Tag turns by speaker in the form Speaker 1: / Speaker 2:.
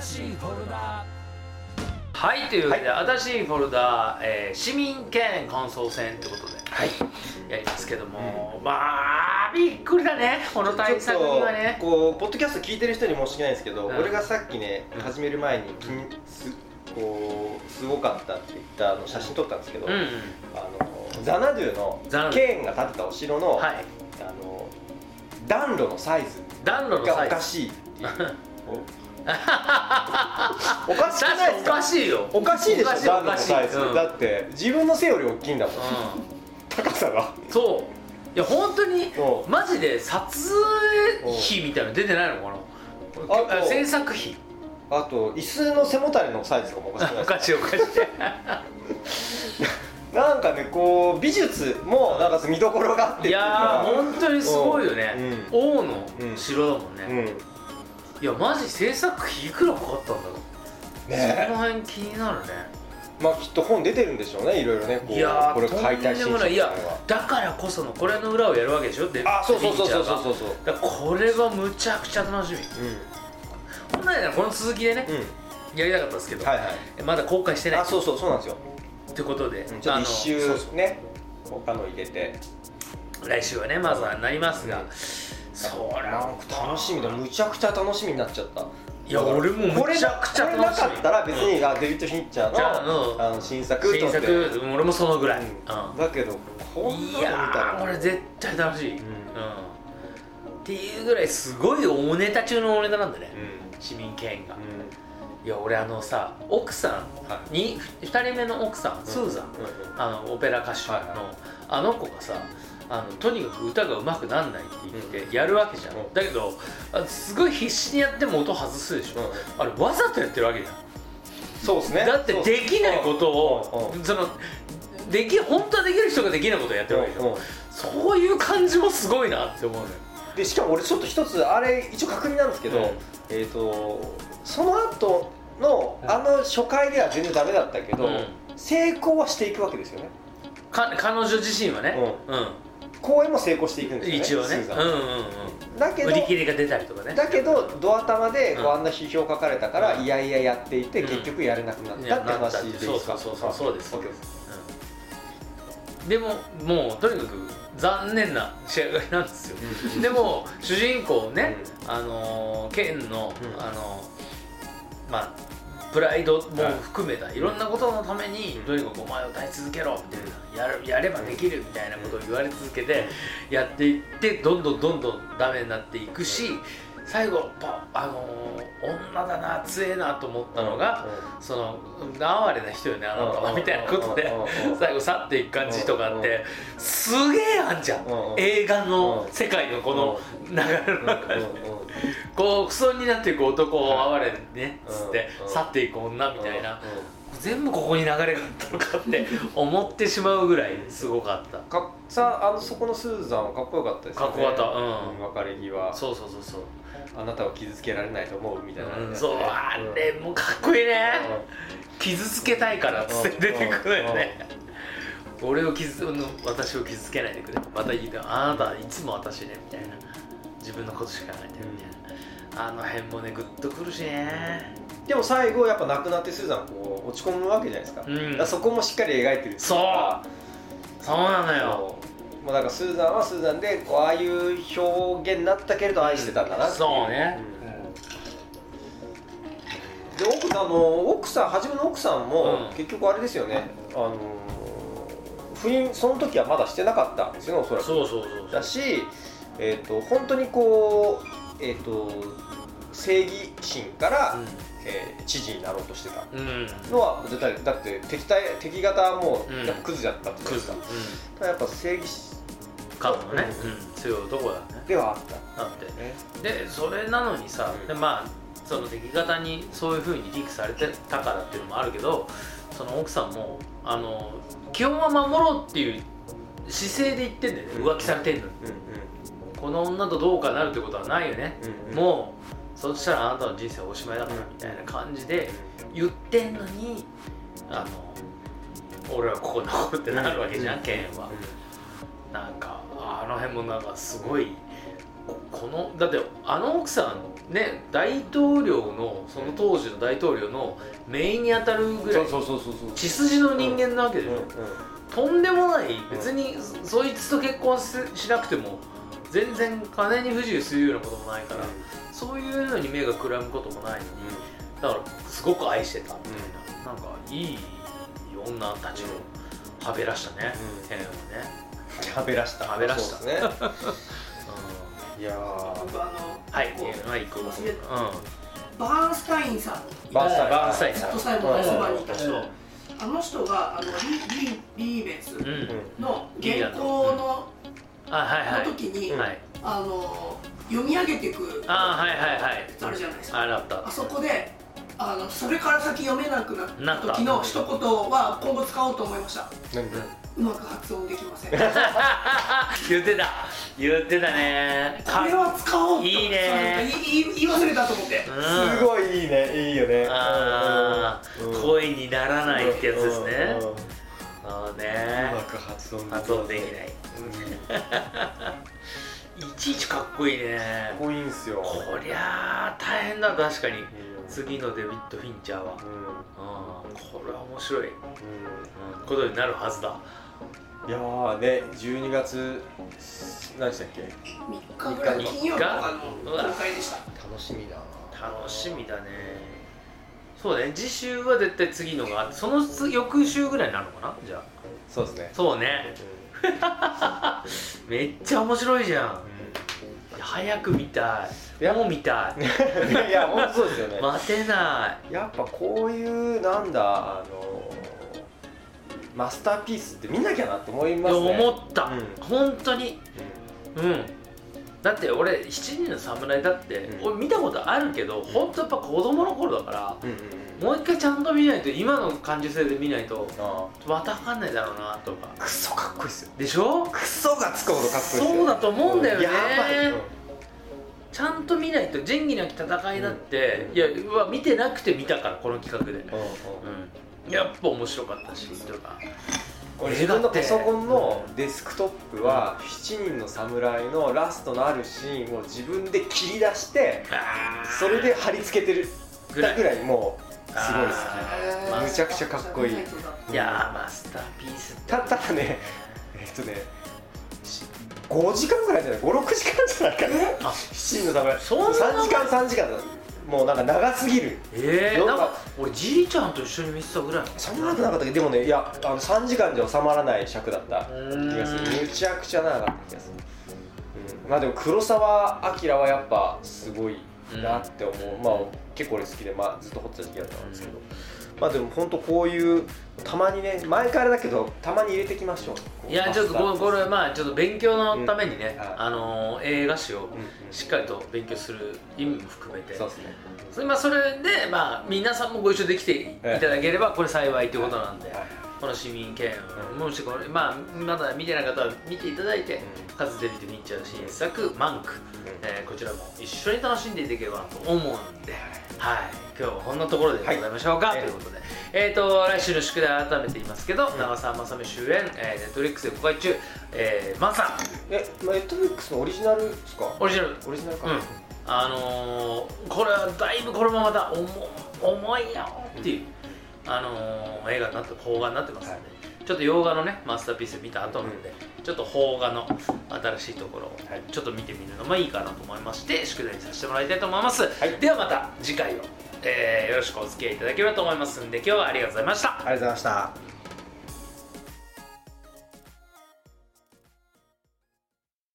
Speaker 1: 新しいフォルダ
Speaker 2: はいというわけで、新しいフォルダ、えー市民権感想戦ということで
Speaker 3: はい
Speaker 2: やりますけども、まあびっくりだねこの対策にはね
Speaker 3: ちょっとこうポッドキャスト聞いてる人に申し訳ないんですけど、
Speaker 2: うん
Speaker 3: 俺がさっきね
Speaker 2: うん
Speaker 3: 始める前に気にすこうすごかったって言ったあの写真撮ったんですけど、
Speaker 2: うんうん
Speaker 3: あのザナドゥの
Speaker 2: ザナドゥ
Speaker 3: ケーンが建てたお城の,、
Speaker 2: はい
Speaker 3: あの暖炉のサイズ
Speaker 2: 暖炉の
Speaker 3: が
Speaker 2: サ
Speaker 3: お
Speaker 2: イ
Speaker 3: か
Speaker 2: ズ
Speaker 3: し いっていうおおかしく
Speaker 2: 確
Speaker 3: ない
Speaker 2: かに
Speaker 3: です
Speaker 2: お
Speaker 3: か
Speaker 2: かしいよ
Speaker 3: おかしいでしょ
Speaker 2: おかしい
Speaker 3: 暖炉のサイズ、
Speaker 2: おかしいうん
Speaker 3: だって自分の背より大きいんだもん、
Speaker 2: う
Speaker 3: 高さが
Speaker 2: んそういや本当に
Speaker 3: うん
Speaker 2: マジで撮影費みたいなの出てないのか
Speaker 3: あ
Speaker 2: なあ
Speaker 3: そう
Speaker 2: 制作費
Speaker 3: あと椅子の背もたれのサイズとかもおかしくない
Speaker 2: お
Speaker 3: ですか
Speaker 2: かしいおかしい
Speaker 3: なんかねこう美術もなんか見どころがあってって
Speaker 2: いう
Speaker 3: の
Speaker 2: やー
Speaker 3: が
Speaker 2: 本当にすごいよね、王の
Speaker 3: うん
Speaker 2: 城だもんね、
Speaker 3: うん、うん、ね
Speaker 2: いやマジ制作費いくらかかったんだろうそ
Speaker 3: え
Speaker 2: の辺気になるね
Speaker 3: まあきっと本出てるんでしょうねいろいろねこう
Speaker 2: いやー
Speaker 3: これ解体新
Speaker 2: とんでも
Speaker 3: 書
Speaker 2: ないいや
Speaker 3: っていうのは
Speaker 2: だからこそのこれの裏をやるわけでしょで
Speaker 3: あそうそうそうそうそう
Speaker 2: う
Speaker 3: そうそう
Speaker 2: これがむちゃくちゃ楽しみ
Speaker 3: うん
Speaker 2: 本来ならこの続きでね、
Speaker 3: う
Speaker 2: やりたかったんですけど、
Speaker 3: んはいはい
Speaker 2: まだ公開してない
Speaker 3: あそうそうそうなんですよ
Speaker 2: ってことで、
Speaker 3: ちょっと一
Speaker 2: あのそう
Speaker 3: 周ね他の入れて
Speaker 2: そう来週はねまずはなりますが、
Speaker 3: うん
Speaker 2: そり
Speaker 3: な
Speaker 2: ゃ
Speaker 3: んか楽しみだむちゃくちゃ楽しみになっちゃった
Speaker 2: いや俺もむちゃくちゃ
Speaker 3: これ
Speaker 2: 楽しみ
Speaker 3: なこれなかったら別に、あデビッド・フィンチャ
Speaker 2: じゃ
Speaker 3: ー
Speaker 2: あ
Speaker 3: の
Speaker 2: うん
Speaker 3: あの新作
Speaker 2: 新
Speaker 3: と思っ
Speaker 2: 作俺もそのぐらい、
Speaker 3: て
Speaker 2: うん
Speaker 3: うんだけどこん
Speaker 2: い
Speaker 3: なの見た
Speaker 2: や
Speaker 3: ら
Speaker 2: ーこれ絶対楽しい、うん
Speaker 3: うん
Speaker 2: っていうぐらいすごい大ネタ中の大ネタなんだね、市民権が、
Speaker 3: う
Speaker 2: いや俺あのさ奥さ
Speaker 3: んはい
Speaker 2: んに2人目の奥さん、スーザン、あのオペラ歌手の、
Speaker 3: はいは
Speaker 2: あの子がさあのとにかく歌が上手くなんないって言ってやるわけじゃん、
Speaker 3: うん
Speaker 2: だけどあすごい必死にやっても音外すでしょ、あれわざとやってるわけじゃん
Speaker 3: そうですね
Speaker 2: だってできないことを
Speaker 3: う
Speaker 2: そのでき本当はできる人ができないことをやってるわけでしょ、
Speaker 3: う
Speaker 2: そういう感じもすごいなって思うのよ
Speaker 3: んでしかも俺ちょっと一つあれ一応確認なんですけど、
Speaker 2: うん
Speaker 3: えっ、とその後のあの初回では全然ダメだったけど、
Speaker 2: うん
Speaker 3: 成功はしていくわけですよね
Speaker 2: か彼女自身はね、
Speaker 3: 公演も成功していくん
Speaker 2: うん
Speaker 3: ですよ
Speaker 2: 一
Speaker 3: ね
Speaker 2: 応ね
Speaker 3: スーザ
Speaker 2: う
Speaker 3: ン
Speaker 2: んうん
Speaker 3: だけ
Speaker 2: うん
Speaker 3: ど
Speaker 2: 売り切れが出たりとかね
Speaker 3: だけどドア玉でこう
Speaker 2: うん
Speaker 3: あんな批評書かれたから、
Speaker 2: うん
Speaker 3: いやいややっていて、
Speaker 2: うん
Speaker 3: 結局やれなくなっ
Speaker 2: い
Speaker 3: た
Speaker 2: や
Speaker 3: って
Speaker 2: なったっ
Speaker 3: 話でい
Speaker 2: て
Speaker 3: い
Speaker 2: そう
Speaker 3: です
Speaker 2: そ
Speaker 3: か
Speaker 2: うそうそうそうです
Speaker 3: オッケーです
Speaker 2: うんでももうとにかく残念な仕上がりなんですよ でも主人公ね、あのー剣の、
Speaker 3: うん
Speaker 2: あのーまあプライドも含めた、い、ろんなことのために、
Speaker 3: うん
Speaker 2: とにかくお前を歌い続けろみたいな、やるやればできるみたいなことを言われ続けて、やっていってどんどんどんどんダメになっていくし、最後パあのー女だな強えなと思ったのが、その哀れな人よねあなたはみたいなことで
Speaker 3: うんうん
Speaker 2: 最後去っていく感じとかあってすげえあんじゃん
Speaker 3: うんうん
Speaker 2: 映画の世界のこの流れの中でこうクソになっていく男を哀れねっつって
Speaker 3: うん
Speaker 2: 去っていく女みたいな全部ここに流れがあったのか って思ってしまうぐらいすごかった
Speaker 3: かさあのそこのスーザンはかっこよかったですよ
Speaker 2: か
Speaker 3: ね
Speaker 2: っこよかったうん
Speaker 3: 別れ際
Speaker 2: そうそうそうそう
Speaker 3: あなたを傷つけられないと思うみたいなやつね、
Speaker 2: うんそうあ
Speaker 3: うん
Speaker 2: れもうかっこいいね
Speaker 3: うん
Speaker 2: 傷つけたいからっつって出てくるよね俺を傷つ私を傷つけないでくれまた言いたいあなたはいつも私ねみたいな自分のことしか考えてるみたいなあの辺もねグッとくるしね
Speaker 3: でも最後やっぱ亡くなってスーザンはこう落ち込むわけじゃないですか,、
Speaker 2: うん
Speaker 3: そこもしっかり描いてるっていか
Speaker 2: そうなのよ
Speaker 3: そうもうなんかスーザンはスーザンでこうああいう表現になったけれど愛してたんだなってい
Speaker 2: そうね
Speaker 3: で奥あの奥さん初めの奥さんも
Speaker 2: うん
Speaker 3: 結局あれですよね、あの不倫その時はまだしてなかったんですよねおそらく
Speaker 2: そうそうそうそう
Speaker 3: だし、えー、と本当にこう、えー、と正義心から、えー知事になろうとしてた
Speaker 2: うんうん
Speaker 3: のは絶対だって敵対敵方はも
Speaker 2: うん
Speaker 3: うやっぱクズだったってこと
Speaker 2: ク
Speaker 3: で
Speaker 2: ズ
Speaker 3: す
Speaker 2: だう
Speaker 3: か
Speaker 2: ん
Speaker 3: だからやっぱ正義心
Speaker 2: カもねうん強い男だね
Speaker 3: ではあったん
Speaker 2: だって
Speaker 3: だよね
Speaker 2: でそれなのにさ、
Speaker 3: うん
Speaker 2: でまあその敵方にそういうふうにリークされてたからっていうのもあるけどその奥さんもあの基本は守ろうっていう姿勢で言ってんだよね
Speaker 3: うん
Speaker 2: 浮気されてんのにこの女とどうかなるってことはないよね、
Speaker 3: うんうん
Speaker 2: もうそしたらあなたの人生はおしまいだからみたいな感じで言ってんのにあの俺はここ残るってなるわけじゃん、ケンは。なんかあの辺もなんかすごいここのだってあの奥さんね大統領のその当時の大統領の名医に当たるぐらい
Speaker 3: そうそうそうそう
Speaker 2: 血筋の人間なわけでしょ、とんでもない別にそいつと結婚すしなくても全然金に不自由するようなこともないから、そういうのに目がくらむこともないのにだからすごく愛してたみたいな、なんかいい女たちをはべらしたね、
Speaker 3: うん
Speaker 2: ヘレンはね、
Speaker 3: はべらした
Speaker 2: はべらした
Speaker 3: そうですねいやー
Speaker 1: 僕あの
Speaker 2: はい
Speaker 1: こう
Speaker 2: はい行こう
Speaker 1: 忘れ
Speaker 2: う
Speaker 1: バーンスタインさん
Speaker 3: バーンスタイン
Speaker 2: バーンスタインさ
Speaker 1: と
Speaker 2: ん
Speaker 1: 最後のそばにいた
Speaker 2: う
Speaker 1: 人
Speaker 2: ん
Speaker 1: あの人があのリリリーベンス
Speaker 2: ん、うん
Speaker 1: の原稿の
Speaker 2: あはいは
Speaker 1: の
Speaker 2: い
Speaker 1: 時に、
Speaker 3: うん
Speaker 2: はい
Speaker 1: あの読み上げていく
Speaker 2: あはいはいはい
Speaker 1: あるじゃないですか
Speaker 2: あらった
Speaker 1: あそこであのそれから先読めなくなった
Speaker 2: なった
Speaker 1: 時の一言は今後使おうと思いました
Speaker 3: 何
Speaker 1: うまく発音できませんこ
Speaker 2: 言ってた言ってたね
Speaker 1: れは使おうと
Speaker 2: いいね
Speaker 1: そう言い言い言い忘れたと思って
Speaker 2: うん
Speaker 3: すごいいいねいいよね
Speaker 2: あー
Speaker 3: うんうん
Speaker 2: 声にならないってやつですね
Speaker 3: うんうんう
Speaker 2: ああ
Speaker 3: ま
Speaker 2: ね
Speaker 3: く発音
Speaker 2: 発音できない
Speaker 3: うんか
Speaker 2: いちいちかっこいいね
Speaker 3: っこいいんすよ
Speaker 2: こりゃあ大変だ確かに
Speaker 3: うん
Speaker 2: 次のデビッド・フィンチャーは
Speaker 3: う
Speaker 2: うん
Speaker 3: ん
Speaker 2: これは面白い、うん、
Speaker 3: う
Speaker 2: ことになるはずだ
Speaker 3: んいやーね12月何でしたっけ
Speaker 1: 3日ぐらい
Speaker 3: 三日
Speaker 1: 金曜日とか
Speaker 2: うわ
Speaker 1: の公開でした
Speaker 3: 楽しみだ
Speaker 2: 楽しみだねそうね次週は絶対次のがあってその次翌週ぐらいになるのかなじゃあ
Speaker 3: そうですね
Speaker 2: そうねめっちゃ面白いじゃん早く見たいもう見たい
Speaker 3: いや本当そうですよね
Speaker 2: 待てな
Speaker 3: やっぱこういうなんだあのマスターピースって見なきゃなって思い
Speaker 2: い、
Speaker 3: ますね
Speaker 2: いや思った、
Speaker 3: うん
Speaker 2: 本当にうんだって俺7人の侍だって、
Speaker 3: うん
Speaker 2: 俺見たことあるけど本当やっぱ子供の頃だから
Speaker 3: うんうんうん
Speaker 2: もう一回ちゃんと見ないと今の感受性で見ないと
Speaker 3: あ
Speaker 2: わたかんないだろうなとか
Speaker 3: ークソかっこいいっすよ
Speaker 2: でしょ
Speaker 3: クソがつくほどかっこいいっすよ
Speaker 2: そうだと思うんだよね
Speaker 3: やばい、うん
Speaker 2: ちゃんと見ないと仁義なき戦いだって、
Speaker 3: うん
Speaker 2: いやうわ見てなくて見たからこの企画で、
Speaker 3: うん
Speaker 2: うん、やっぱ面白かったしとか
Speaker 3: 俺自分のパソコンのデスクトップは「7人の侍」のラストのあるシーンを自分で切り出して
Speaker 2: あー
Speaker 3: それで貼り付けてる
Speaker 2: ぐらい
Speaker 3: ぐらいもうすごい好
Speaker 2: あー
Speaker 3: きむちゃくちゃかっこいい
Speaker 1: めちゃくちゃかっこ
Speaker 2: いやーマスターピースって
Speaker 3: たただねえっとねし5時間ぐらいじゃない56時間じゃないかな
Speaker 2: あ
Speaker 3: 7人の侍
Speaker 2: そんな
Speaker 3: 3時間3時間だもうなんか長すぎる
Speaker 2: え
Speaker 3: ど
Speaker 2: ー、
Speaker 3: う
Speaker 2: な
Speaker 3: だ
Speaker 2: んか俺じいちゃんと一緒に見てたぐらいの
Speaker 3: そんな長くなかったけどでもねいやあの3時間じゃ収まらない尺だった
Speaker 2: う
Speaker 3: 気がす
Speaker 2: ー
Speaker 3: る
Speaker 2: ん
Speaker 3: むちゃくちゃ長かった気がする、うん、まあでも黒澤明はやっぱすごいなって思う、まあ結構俺好きで、まあ、ずっと掘ってた時期だったんですけど、まあでも本当こういうたまにね毎回あれだけどたまに入れてきましょう
Speaker 2: いやちょっとこれこれまあちょっと勉強のためにね、
Speaker 3: うんはい
Speaker 2: あのー映画史を
Speaker 3: うんうん
Speaker 2: しっかりと勉強する意味も含めて、
Speaker 3: そうですね
Speaker 2: それまあそれで、まあ、皆さんもご一緒できていただければこれ幸いということなんで、
Speaker 3: はい
Speaker 2: この市民権もしこれ、まあ、まだ見てない方は見ていただいて、
Speaker 3: う
Speaker 2: 数出て見ちゃう新作「マンク」えーこちらも一緒に楽しんでいただければなと思うんで、はい、今日はこんなところでございましょうか、
Speaker 3: はい
Speaker 2: ということで、えー、と来週の宿題改めて言いますけど、長澤まさみ主演、えー、ネットリックスで公開中「えー、マサ
Speaker 3: えまあネットフリックスのオリジナルですか」
Speaker 2: オリジナル
Speaker 3: オリジナルか、
Speaker 2: うん、あのーこれはだいぶこれもまた重重いよっていう、あのー映画になって邦画になってますんで、
Speaker 3: はい
Speaker 2: ちょっと洋画のねマスターピース見た後なんで、ちょっと邦画の新しいところを
Speaker 3: はい
Speaker 2: ちょっと見てみるのもいいかなと思いまして宿題にさせてもらいたいと思います、
Speaker 3: い
Speaker 2: ではまた次回を、えーよろしくお付き合いいただければと思いますんで今日はありがとうございました
Speaker 3: ありがとうございました